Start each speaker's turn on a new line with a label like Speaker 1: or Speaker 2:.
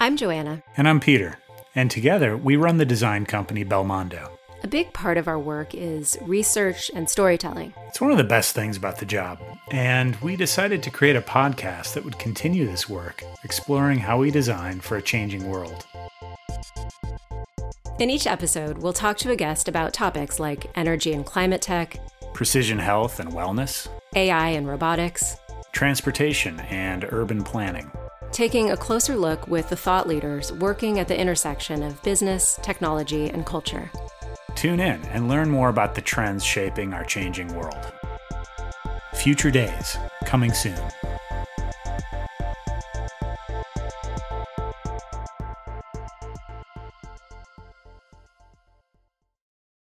Speaker 1: I'm Joanna.
Speaker 2: And I'm Peter. And together, we run the design company Belmondo.
Speaker 1: A big part of our work is research and storytelling.
Speaker 2: It's one of the best things about the job. And we decided to create a podcast that would continue this work, exploring how we design for a changing world.
Speaker 1: In each episode, we'll talk to a guest about topics like energy and climate tech,
Speaker 2: Precision health and wellness,
Speaker 1: AI and robotics,
Speaker 2: transportation and urban planning.
Speaker 1: taking a closer look with the thought leaders working at the intersection of business, technology, and culture.
Speaker 2: Tune in and learn more about the trends shaping our changing world. Future Days, coming soon.